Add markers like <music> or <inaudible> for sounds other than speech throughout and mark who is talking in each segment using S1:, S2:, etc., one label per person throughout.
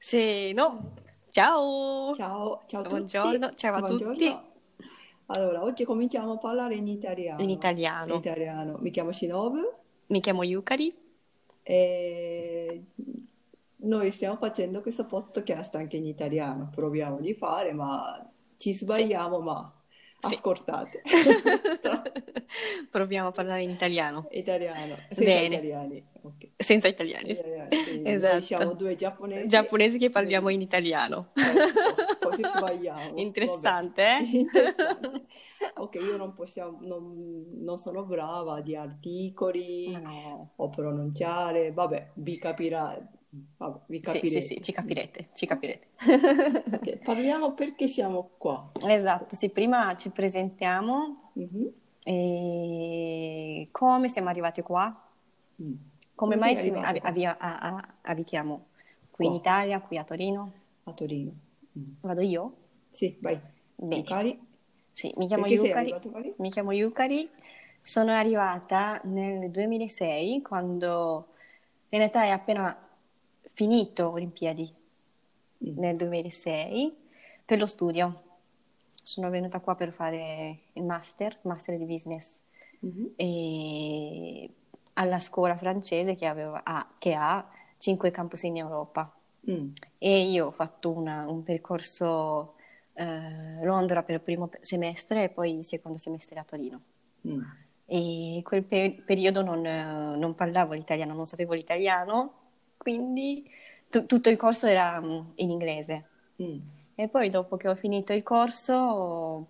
S1: Se no, ciao!
S2: Ciao, ciao a tutti.
S1: Buongiorno, ciao a
S2: Buongiorno.
S1: tutti
S2: Allora, oggi cominciamo a parlare in italiano.
S1: in italiano.
S2: In italiano. Mi chiamo Shinobu
S1: Mi chiamo Yukari
S2: e noi stiamo facendo questo podcast anche in italiano. Proviamo di fare, ma ci sbagliamo, ma
S1: Sì. <laughs>
S2: ascoltate.
S1: Proviamo a parlare in italiano,
S2: italiano, senza
S1: Bene.
S2: italiani. Ok.
S1: senza italiani.
S2: Italiani, sì. Noi
S1: Esatto.
S2: siamo due Eh, giapponesi.
S1: Giapponesi che parliamo in italiano.
S2: Ecco, così sbagliamo.
S1: <laughs>
S2: Vabbè.
S1: Interessante, eh? <laughs>
S2: <laughs> Interessante. Esatto. Ok, io non, possiamo, non, non sono brava di articoli
S1: Ah. No.
S2: o pronunciare, vabbè, vi capirà, vabbè, vi
S1: Sì, sì,
S2: capirete.
S1: sì, ci capirete, ci capirete.
S2: <laughs> Ok, Parliamo perché siamo qua.
S1: Esatto, sì, prima ci presentiamo
S2: Mhm.
S1: e come siamo arrivati qua,
S2: Mm.
S1: come
S2: Come
S1: mai
S2: sei arrivata
S1: abbi-
S2: qua?
S1: abbi- a- a- abitiamo qui in
S2: Qua.
S1: Italia, qui a Torino.
S2: A Torino. Mm.
S1: Vado io?
S2: Sì, vai.
S1: Bene.
S2: Cari,
S1: Sì, mi chiamo
S2: perché sei
S1: Yukari.
S2: arrivato Cari?
S1: Mi chiamo Yukari, sono arrivata nel 2006 quando in realtà è appena finito Olimpiadi
S2: Mm.
S1: nel 2006 per lo studio. Sono venuta qua per fare il master, master di business
S2: Mhm.
S1: e alla scuola francese che, aveva- ha- che ha 5 campus in Europa.
S2: Mm.
S1: E io ho fatto una- un percorso eh, Londra per il primo semestre e poi il secondo semestre a Torino.
S2: Mm.
S1: E quel per- periodo non, eh, non parlavo l'italiano, non sapevo l'italiano, quindi tu- tutto il corso era mm, in inglese.
S2: Mm.
S1: E poi dopo che ho finito il corso,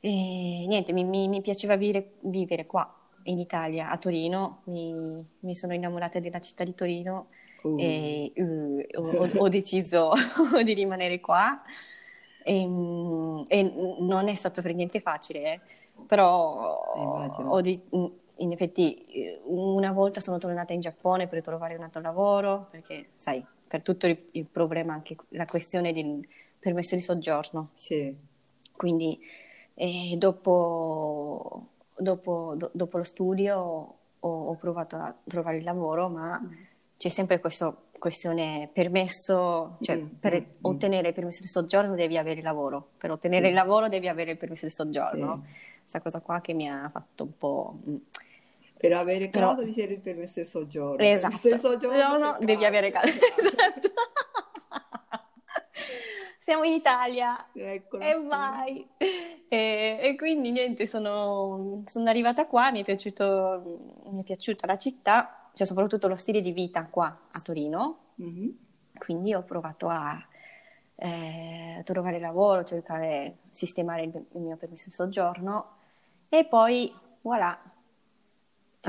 S1: eh, niente, mi, mi- mi piaceva vivere, vivere qua in Italia, a Torino, mi, mi sono innamorata della città di Torino
S2: Uh.
S1: e eh, ho, ho- ho deciso <laughs> di rimanere qua. E, mm, e non è stato per niente facile, eh. però
S2: Eh, immagino.
S1: ho de- in effetti eh, una volta sono tornata in Giappone per trovare un altro lavoro, perché sai, per tutto il, il problema anche la questione del permesso di soggiorno.
S2: Sì.
S1: Quindi eh, dopo, dopo- do- dopo lo studio ho, ho provato a trovare il lavoro, ma c'è sempre questa questione permesso, cioè
S2: Mm,
S1: per
S2: mm,
S1: ottenere il permesso di soggiorno devi avere il lavoro, per ottenere
S2: Sì.
S1: il lavoro devi avere il permesso di soggiorno. Questa cosa qua che mi ha fatto un po'... mm,
S2: Per avere
S1: Però-
S2: casa mi serve il permesso di soggiorno.
S1: Esatto.
S2: Permesso di soggiorno
S1: No, no,
S2: per
S1: devi avere
S2: <laughs>
S1: casa. <laughs> Esatto. Siamo in Italia.
S2: Eccolo.
S1: E vai! E, e quindi niente, sono, sono arrivata qua, mi è, piaciuto- mi è piaciuta la città, cioè soprattutto lo stile di vita qua a Torino,
S2: Mhm.
S1: quindi ho provato a eh, trovare lavoro, cercare, sistemare il, il mio permesso di soggiorno e poi voilà,
S2: Ce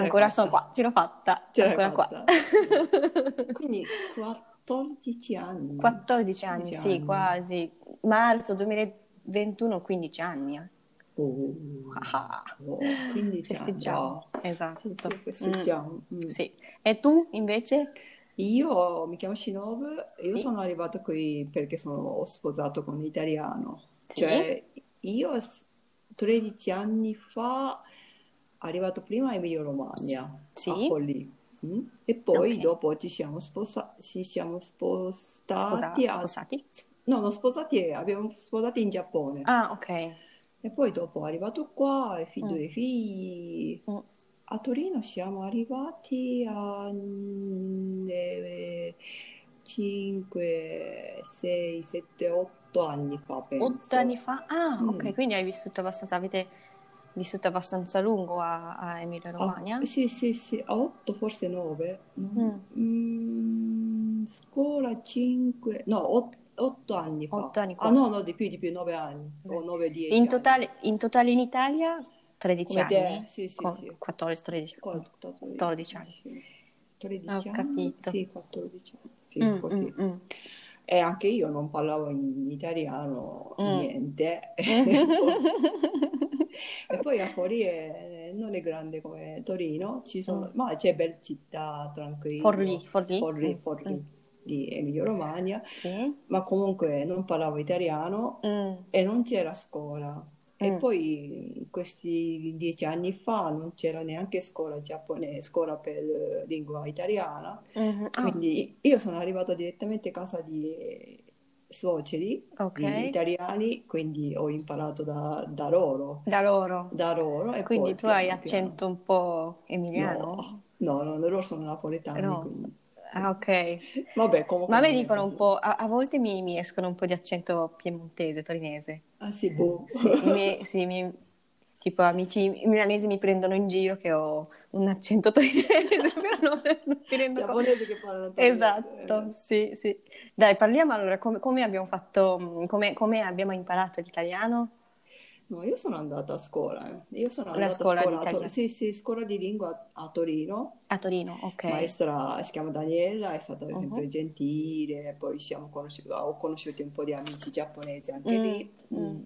S2: l'hai
S1: ancora
S2: fatta.
S1: sono qua, ce l'ho fatta,
S2: Ce l'hai
S1: ancora
S2: fatta.
S1: <laughs> qua.
S2: Quindi 14 anni.
S1: 14 anni,
S2: 15
S1: sì,
S2: anni.
S1: quasi. Marzo 2021, 15 anni. eh.
S2: Oh,
S1: Ah.
S2: oh, 15 anni.
S1: Festeggiamo.
S2: wow.
S1: Esatto.
S2: Sì, sì, festeggiamo. Mm.
S1: Mm, sì. E tu invece?
S2: Io mi chiamo Shinobu e io
S1: Sì.
S2: sono arrivato qui perché sono ho sposato con un italiano.
S1: Sì.
S2: Cioè, io s- 13 anni fa, arrivato prima in Emilia Romagna,
S1: Sì.
S2: a Forlì. Mm? E poi
S1: Ok.
S2: dopo ci siamo, sposa- ci siamo
S1: Sposa-
S2: spostati a...
S1: sposati?
S2: No, non sposati, eh, abbiamo sposato in Giappone.
S1: Ah, ok.
S2: E poi dopo è arrivato qua, e fi-
S1: Mm.
S2: due figli.
S1: Mm.
S2: A Torino siamo arrivati a mm, eh, 5, 6, 7, 8 anni fa, penso.
S1: Otto anni fa? Ah, ok,
S2: Mm.
S1: quindi hai vissuto abbastanza, avete vissuto abbastanza a lungo a, a Emilia Romagna?
S2: A, Ah, eh, sì, sì, sì, a 8 forse 9.
S1: Mm.
S2: scuola 5, no, 8 anni fa.
S1: Otto anni
S2: Ah
S1: qua.
S2: no, no, di più, di più, 9 anni, o 9-10
S1: In totale, in totale in Italia 13
S2: Come te,
S1: anni,
S2: sì, sì, sì.
S1: 14, 13, 14
S2: 14
S1: anni.
S2: anni. 13
S1: Ho
S2: anni?
S1: capito.
S2: Sì, 14 anni. Sì,
S1: Mm,
S2: così. <laughs>
S1: mm, mm.
S2: E anche io non parlavo in italiano
S1: Mm. <laughs>
S2: niente. E poi a Forlì è- non è grande come Torino, ci sono,
S1: Mm.
S2: ma c'è bella città, tranquillo.
S1: <laughs> Forlì, Forlì.
S2: Forlì,
S1: Mm,
S2: Forlì,
S1: mm.
S2: di Emilio Romagna,
S1: Sì.
S2: ma comunque non parlavo italiano
S1: Mm.
S2: e non c'era scuola. E
S1: Mm.
S2: poi questi dieci anni fa non c'era neanche scuola giapponese, scuola per lingua italiana,
S1: Mhm. Ah,
S2: quindi io sono arrivata direttamente a casa di suoceri,
S1: ok,
S2: di italiani, quindi ho imparato da, da loro,
S1: da loro.
S2: da loro e
S1: Quindi
S2: Eh, poi
S1: tu hai
S2: piano piano.
S1: accento un po' emiliano?
S2: No, no, no, loro sono napoletani,
S1: No.
S2: quindi...
S1: Ah, ok.
S2: Vabbè, comunque
S1: Ma mi
S2: non è
S1: dicono un
S2: così.
S1: po', a, a volte mi, mi escono un po' di accento piemontese, torinese.
S2: Ah sì, boh.
S1: <laughs> Sì, i miei- sì, i miei- tipo amici milanesi mi prendono in giro che ho un accento <laughs> torinese, però non, non mi rendo conto.
S2: <laughs> Giapponesi che parlano eh.
S1: Esatto,
S2: torinese.
S1: sì, sì. Dai, parliamo allora, come, come abbiamo fatto, mm, come, come abbiamo imparato l'italiano?
S2: No, io sono andata a scuola, eh. Io sono
S1: La
S2: andata a
S1: scuola di
S2: scuola, a Tor-
S1: italiano
S2: sì, sì, scuola di lingua a Torino.
S1: a Torino, ok.
S2: Maestra si chiama Daniela, è stata sempre
S1: Mhm.
S2: gentile, poi siamo conosciuti, ho conosciuto un po' di amici giapponesi anche
S1: Mm,
S2: lì.
S1: mm.
S2: Mm.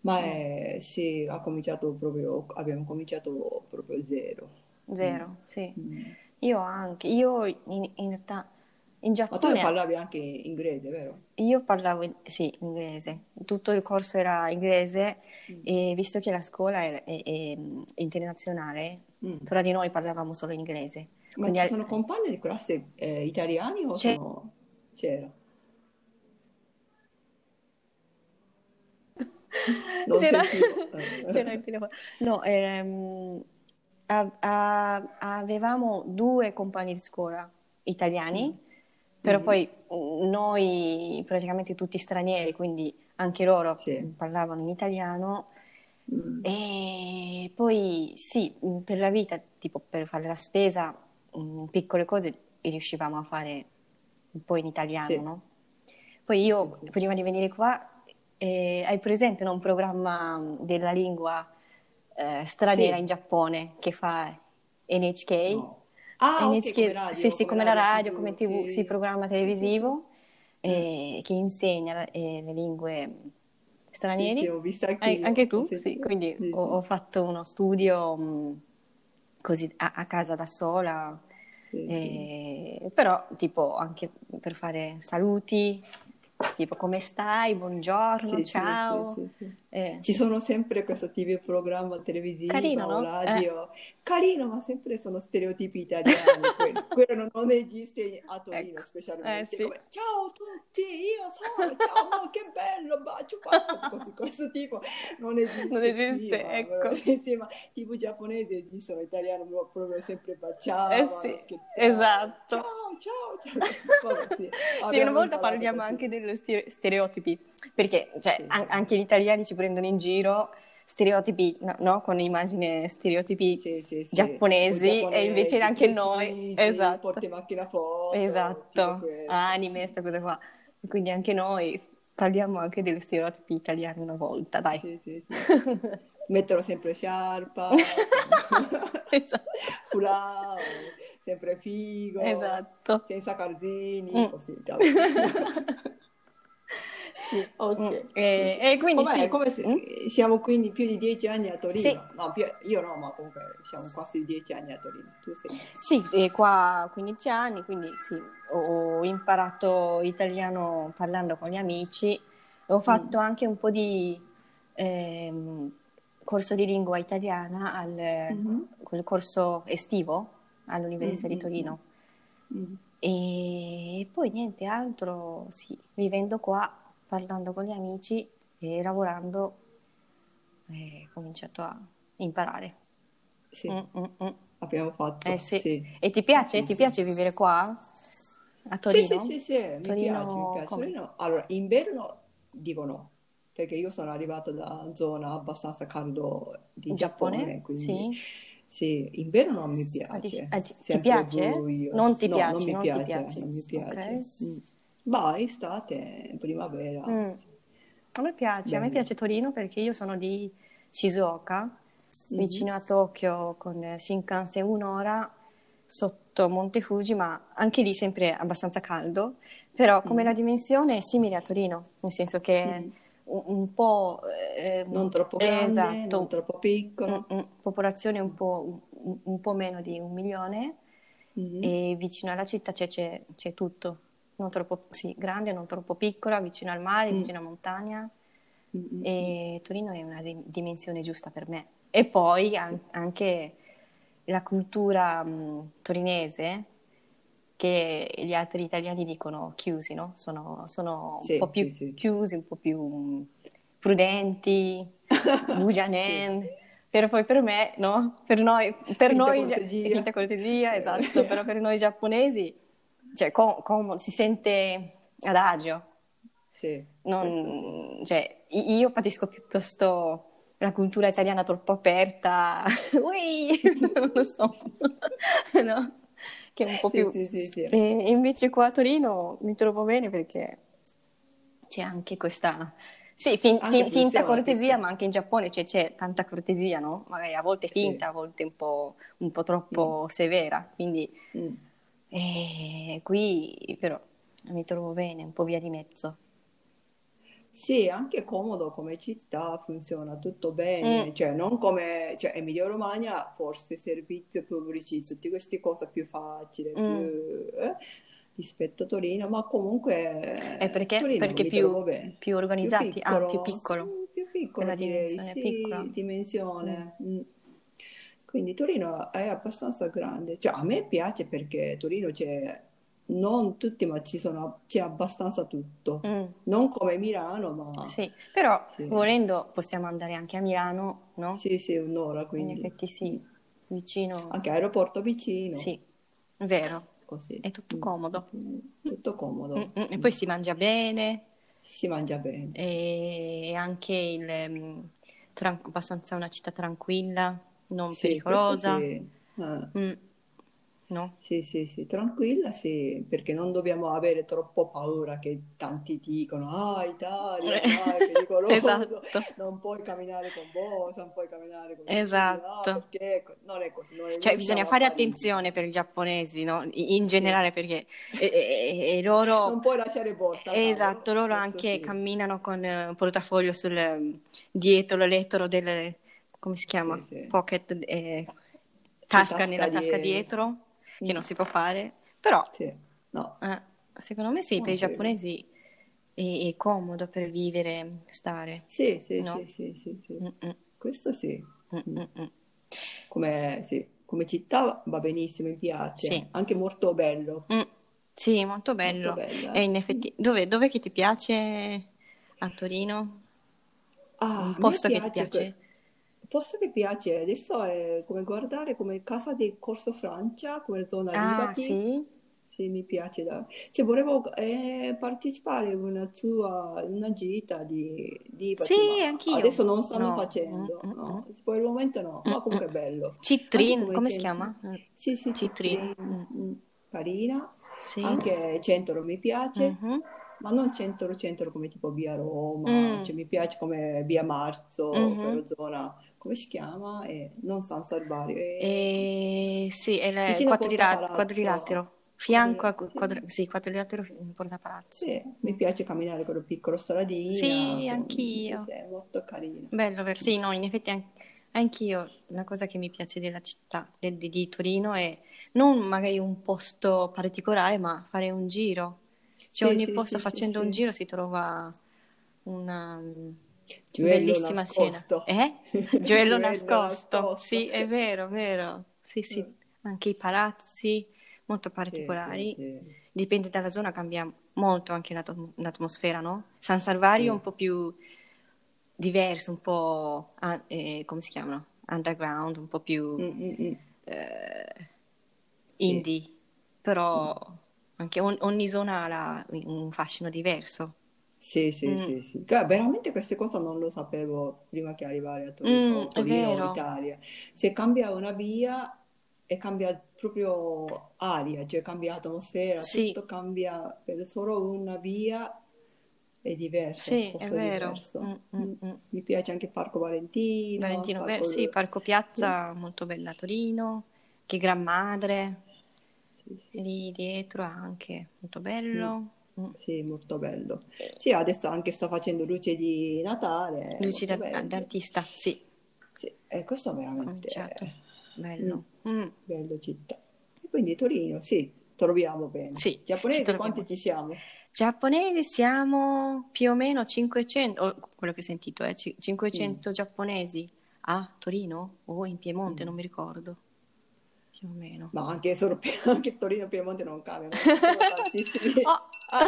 S2: Ma
S1: Eh,
S2: eh, sì, ha cominciato proprio, abbiamo cominciato proprio zero. Mm.
S1: zero, sì.
S2: Mm.
S1: Io anche, io in, in realtà in
S2: Ma tu
S1: Giappone
S2: parlavi anche inglese, vero?
S1: io parlavo in- sì, inglese, tutto il corso era inglese
S2: Mm.
S1: e visto che la scuola è, è- è internazionale,
S2: Mm.
S1: tra di noi parlavamo solo
S2: <laughs>
S1: inglese.
S2: Ma
S1: Quindi
S2: ci
S1: al-
S2: sono compagni di classe eh, italiani o
S1: c'è
S2: sono... C'era?
S1: <laughs>
S2: Non
S1: C'era, <laughs>
S2: sentivo.
S1: c'era il telefono. Cioè, No, ehm, a- a- avevamo due compagni di scuola italiani,
S2: Mm.
S1: però
S2: Mhm.
S1: poi mm, noi praticamente tutti stranieri, quindi anche loro
S2: Sì.
S1: parlavano in italiano.
S2: <laughs> Mm.
S1: E poi sì, mm, per la vita, tipo per fare la spesa, mm, piccole cose riuscivamo a fare un po' in italiano,
S2: Sì,
S1: no? Poi
S2: sì,
S1: io,
S2: sì, sì.
S1: prima di venire qua, eh, hai presente no, un programma della lingua eh, straniera in
S2: Sì,
S1: Giappone che fa NHK?
S2: no. Ah, ok, come
S1: NHK, sì,
S2: radio,
S1: sì,
S2: come
S1: come la
S2: radio
S1: radio, come
S2: TV,
S1: TV, sì,
S2: sì.
S1: programma
S2: Sì, sì, sì.
S1: televisivo
S2: Mm.
S1: eh, che insegna eh, le lingue
S2: Sì, sì,
S1: stranieri.
S2: ho visto
S1: Ai-
S2: anch'io,
S1: Anche
S2: ho
S1: tu? Sì,
S2: sentito.
S1: quindi
S2: Sì,
S1: ho,
S2: sì,
S1: ho
S2: sì.
S1: fatto uno studio mh, così a, a casa da sola,
S2: Sì, sì.
S1: eh, però tipo anche per fare saluti, tipo come stai, buongiorno,
S2: Sì, sì, sì,
S1: ciao,
S2: sì, sì.
S1: eh,
S2: Ci sono sempre questo TV programma
S1: carino,
S2: televisiva
S1: no?
S2: o
S1: Eh,
S2: radio. Carino, ma sempre sono stereotipi italiani.
S1: <laughs>
S2: Quello, quello non non esiste a Torino
S1: ecco, eh
S2: specialmente.
S1: sì.
S2: Come, ciao a tutti, io sono, ciao, ma che bello, bacio, bacio. Così, questo tipo non
S1: Non
S2: esiste qui,
S1: esiste,
S2: ma
S1: ecco.
S2: veramente, <laughs> sì, ma tipo giapponese esistono, italiano ma proprio sempre
S1: Eh
S2: baciavano,
S1: sì,
S2: scherzavano.
S1: esatto.
S2: Ciao, ciao, ciao, così.
S1: <laughs>
S2: Vabbè, sì,
S1: Sì, una
S2: abbiamo
S1: volta
S2: imparato
S1: parliamo
S2: così.
S1: anche degli stere- stereotipi, perché cioè,
S2: Sì,
S1: an-
S2: sì.
S1: anche gli italiani ci prendono in giro stereotipi, no, no? Con immagini stereotipi
S2: Sì, sì, sì, o
S1: giapponesi e invece
S2: giapponesi,
S1: anche noi,
S2: precisi,
S1: esatto,
S2: porti macchina foto, tipo
S1: esatto,
S2: questo.
S1: anime, questa cosa qua. Quindi anche noi parliamo anche degli stereotipi italiani una volta, <laughs> dai.
S2: Sì, Ah. sì, sì. Mettono
S1: <laughs>
S2: sempre sciarpa,
S1: Esatto,
S2: fulao, sempre figo,
S1: esatto.
S2: senza calzini,
S1: Mm.
S2: così, vabbè.
S1: Sì, <laughs> mm.
S2: Ok, sì,
S1: E,
S2: sì.
S1: e quindi
S2: Com'è?
S1: sì,
S2: Come
S1: mm?
S2: se siamo quindi più di dieci anni a
S1: Sì,
S2: Torino? No, più- io no, ma comunque siamo quasi dieci anni a Torino. Tu sei...
S1: sì, e qua ho 15 anni, quindi sì, ho ho imparato italiano parlando con gli amici, ho fatto
S2: Mm.
S1: anche un po' di ehm, corso di lingua italiana al
S2: Mhm.
S1: quel corso estivo
S2: Mm,
S1: all'Università di
S2: mm, mm.
S1: Torino.
S2: Mm.
S1: E poi niente altro, sì, vivendo qua, parlando con gli amici e lavorando, eh, ho cominciato a imparare. Mm,
S2: Sì,
S1: mm, mm.
S2: abbiamo
S1: Eh
S2: fatto,
S1: sì.
S2: sì,
S1: E ti piace?
S2: sì,
S1: Ti
S2: sì.
S1: piace vivere qua? A
S2: Sì, sì, sì,
S1: Torino?
S2: sì, mi piace, mi
S1: Torino
S2: piace.
S1: come?
S2: Torino, allora, inverno dico no, perché io sono arrivata da zona abbastanza caldo di
S1: In Giappone?
S2: Giappone, quindi
S1: Sì.
S2: sì, inverno non mi
S1: Ma ti,
S2: piace,
S1: ah, ti- ti
S2: sempre
S1: piace? Non
S2: buio.
S1: ti
S2: No, non
S1: piace,
S2: mi
S1: non ti
S2: piace,
S1: piace.
S2: non mi
S1: Ok.
S2: piace. Mm. Ma estate, primavera,
S1: Mm.
S2: sì,
S1: A me piace, a me
S2: bello.
S1: piace Torino perché io sono di Shizuoka, vicino
S2: Mhm.
S1: a Tokyo, con eh, Shinkansen un'ora sotto Monte Fuji, ma anche lì sempre abbastanza caldo, però come la
S2: Mhm.
S1: dimensione è simile a Torino, nel senso che
S2: Mhm.
S1: un, un po'
S2: Non
S1: ehm,
S2: troppo
S1: eh,
S2: grande, non
S1: esatto,
S2: troppo
S1: mm,
S2: piccolo.
S1: mm, popolazione un po', un, un po' meno di un milione
S2: Mhm.
S1: Mm. e vicino alla città c'è, c'è- c'è tutto, non troppo sì, grande, non troppo piccola, vicino al mare,
S2: Mm.
S1: vicino a montagna.
S2: Mm, <laughs>
S1: e Torino è una di- dimensione giusta per me. E poi an- anche la cultura mh, torinese, che gli altri italiani dicono chiusi, no? Sono, sono un
S2: Sì,
S1: po' più
S2: sì, sì.
S1: chiusi, un po' più mh, prudenti,
S2: <laughs>
S1: bugianen. Però poi per me, no? Per noi, per
S2: Finta
S1: noi gia-
S2: cortesia.
S1: finta cortesia,
S2: Eh.
S1: esatto, però per noi giapponesi cioè, com- com- si sente ad agio.
S2: Sì,
S1: Non-
S2: questo sì.
S1: cioè, i- io patisco piuttosto la cultura italiana troppo aperta, <laughs> Ui! non lo so, <laughs> no? Che è un po'
S2: Sì,
S1: più...
S2: sì, sì, sì.
S1: E invece qua a Torino mi trovo bene perché c'è anche questa... Sì, fin-
S2: Anche
S1: fin- finta
S2: funziona,
S1: cortesia,
S2: sì.
S1: ma anche in Giappone cioè, c'è tanta cortesia, no? Magari a volte finta, a
S2: Sì.
S1: volte un po', un po' troppo severa, quindi
S2: Mm.
S1: eh, qui però mi trovo bene, un po' via di mezzo.
S2: Sì, anche comodo come città funziona tutto bene,
S1: Mm.
S2: cioè non come cioè, Emilia-Romagna, forse servizi pubblici, tutte queste cose più facili,
S1: Mm.
S2: più, eh, rispetto a Torino, ma comunque
S1: È
S2: eh,
S1: perché,
S2: Torino
S1: perché
S2: mi trovo
S1: più,
S2: bene,
S1: più
S2: più
S1: organizzati, ah, più
S2: piccolo,
S1: piccolo,
S2: mm, più
S1: per
S2: piccolo
S1: la
S2: direi,
S1: dimensione piccola.
S2: sì,
S1: Mm.
S2: dimensione. mm. Quindi Torino è abbastanza grande, cioè a me piace perché Torino c'è, non tutti, ma ci sono, c'è abbastanza tutto.
S1: Mm,
S2: Non come Milano, ma
S1: Sì, però
S2: Ah. sì,
S1: volendo possiamo andare anche a Milano, no?
S2: sì, sì, un'ora
S1: In
S2: quindi.
S1: effetti
S2: Mm.
S1: sì, vicino,
S2: Anche aeroporto vicino,
S1: sì, vero,
S2: così.
S1: è tutto
S2: Mm.
S1: comodo.
S2: Tutto
S1: Mm,
S2: comodo.
S1: mm, E
S2: Mm.
S1: poi si mangia bene
S2: Si mangia bene.
S1: e anche il, mm, tran- abbastanza una città tranquilla, non
S2: Sì, questo sì.
S1: pericolosa,
S2: Eh,
S1: Mm, no?
S2: Sì, sì, sì, tranquilla, sì, perché non dobbiamo avere troppo paura che tanti dicono, ah, Italia, dai,
S1: <laughs>
S2: pericoloso,
S1: Eh, Esatto,
S2: non puoi camminare con Bosa, non puoi camminare con Lucia, ah,
S1: esatto.
S2: perché non è così, noi
S1: Cioè,
S2: non
S1: bisogna
S2: siamo a
S1: fare
S2: Parigi.
S1: attenzione per i giapponesi, no? I- In
S2: Sì,
S1: generale, perché e, e- e loro,
S2: non puoi lasciare borsa a
S1: esatto,
S2: tavolo,
S1: loro
S2: questo
S1: anche
S2: sì,
S1: camminano con eh, un portafoglio sul, eh, dietro l'elettro del, come si
S2: sì,
S1: chiama?
S2: sì,
S1: Pocket, eh,
S2: sì,
S1: tasca nella
S2: tasca
S1: tasca
S2: dietro,
S1: dietro, che
S2: Mm,
S1: non si può fare, però
S2: sì, no,
S1: eh, secondo me sì, per i
S2: non credo.
S1: giapponesi è, è comodo per vivere, stare,
S2: Sì, sì, sì,
S1: no?
S2: sì, sì, sì,
S1: Mm, mm,
S2: questo sì.
S1: mm,
S2: Mm.
S1: mm, mm.
S2: come, sì, come città va benissimo, mi
S1: Sì.
S2: piace, anche molto bello,
S1: Mm, sì, molto
S2: molto
S1: bello. E
S2: bella.
S1: in
S2: Mm.
S1: effetti, dove, dov'è che ti piace a Torino?
S2: Ah,
S1: Un
S2: a me
S1: posto che ti
S2: piace, que-
S1: piace?
S2: posso che piace, adesso è come guardare come casa di Corso Francia, come zona
S1: Ah,
S2: Liberty,
S1: sì?
S2: sì, mi piace. da- Cioè, volevo eh, partecipare a una sua, una gita di, di
S1: Sì,
S2: Bati, ma
S1: anch'io.
S2: adesso non stanno
S1: No. Mm,
S2: facendo,
S1: mm, mm,
S2: no? Per il momento no,
S1: mm,
S2: ma
S1: mm.
S2: comunque è bello. Anche
S1: Citrin,
S2: come
S1: come si
S2: centro,
S1: chiama? Mm,
S2: sì, sì,
S1: Citrin.
S2: Citrin,
S1: Mm,
S2: mm, carina,
S1: Sì.
S2: anche centro mi piace,
S1: Mhm.
S2: ma non centro centro come tipo via Roma,
S1: Mm,
S2: cioè mi piace come via Marzo,
S1: mhm.
S2: quella zona, come si chiama? Eh, non San Salvario, eh, come si chiama?
S1: E sì, è il
S2: Vicino a Porta
S1: quadrila-
S2: Palazzo,
S1: quadrilatero. Fianco a
S2: quadri-
S1: qu-
S2: sì.
S1: quadri- sì, quadrilatero in Porta Palazzo.
S2: Sì,
S1: Mm.
S2: mi piace camminare con la piccola stradina,
S1: Sì,
S2: con- sì,
S1: anch'io.
S2: sì, è molto carina.
S1: Bello, ver-
S2: Mm.
S1: sì, no, in effetti an- anch'io la cosa che mi piace della città del- di, di Torino è non magari un posto particolare, ma fare un giro. Cioè
S2: Sì,
S1: ogni
S2: sì,
S1: posto
S2: sì, sì,
S1: facendo un
S2: sì.
S1: giro si trova una mm,
S2: Gioiello
S1: bellissima scena.
S2: nascosto,
S1: Eh? Gioiello
S2: <laughs> gioiello
S1: nascosto,
S2: nascosto.
S1: sì, è vero, vero. Sì, sì,
S2: Mm.
S1: anche i palazzi molto
S2: Sì, sì,
S1: particolari.
S2: sì,
S1: Dipende dalla zona, cambia molto anche l'atmo- l'atmosfera, no? San Salvario è un
S2: sì,
S1: po' più diverso, un po' ah, eh, come si chiamano? Underground, un po' più
S2: Mm, mm, mm.
S1: eh,
S2: Sì.
S1: indie, però
S2: Mm.
S1: anche on- ogni zona ha la- un fascino diverso.
S2: Sì, sì,
S1: Mm,
S2: sì, sì. Guarda, veramente queste cose non lo sapevo prima che arrivare a Tori-
S1: mm,
S2: o
S1: è
S2: Torino o
S1: vero.
S2: Italia. Se cambia una via e cambia proprio aria, cioè cambia atmosfera,
S1: Sì,
S2: tutto cambia per solo una via è diverso, un
S1: sì, è
S2: posto
S1: vero. Mm,
S2: diverso.
S1: mm,
S2: Mm.
S1: mm.
S2: Mi piace anche Parco Valentino,
S1: Valentino Ver-
S2: Parco...
S1: sì, Parco
S2: Sì,
S1: Piazza, molto bella a Torino, che Gran Madre,
S2: sì, sì.
S1: lì dietro anche, molto
S2: Mm.
S1: bello. Mm.
S2: Sì, molto bello. Sì, adesso anche sta facendo luce di Natale, è
S1: Luci
S2: Eh, molto
S1: d'ar-
S2: bello.
S1: d'artista, sì.
S2: Sì, e questo è
S1: cominciato.
S2: veramente mm,
S1: Bello. Mm.
S2: bello città. E quindi Torino, sì, troviamo bene.
S1: Sì, ci
S2: Giapponesi,
S1: troviamo.
S2: quanti ci siamo?
S1: Giapponesi siamo più o meno 500, o quello che ho sentito, eh, ci- 500 giapponesi a Torino o in Piemonte,
S2: Mm.
S1: non mi ricordo, più o meno.
S2: Ma anche, solo, <laughs> anche Torino e Piemonte non cambia,
S1: <laughs>
S2: ma sono tantissimi.
S1: Oh, <laughs>
S2: Ah.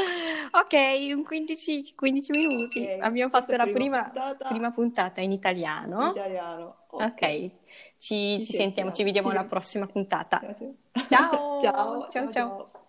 S1: ok, un 15, 15 minuti.
S2: Ok,
S1: Abbiamo
S2: questa
S1: fatto la
S2: prima
S1: prima,
S2: puntata
S1: prima Ah. puntata in
S2: Ah. in
S1: italiano.
S2: italiano. Oh,
S1: Ok, ci, ci sentiamo, ci
S2: sentiamo.
S1: vediamo
S2: Ci- <laughs>
S1: alla prossima puntata.
S2: Grazie.
S1: Ciao,
S2: <laughs> Ciao,
S1: ciao, ciao.
S2: ciao. ciao.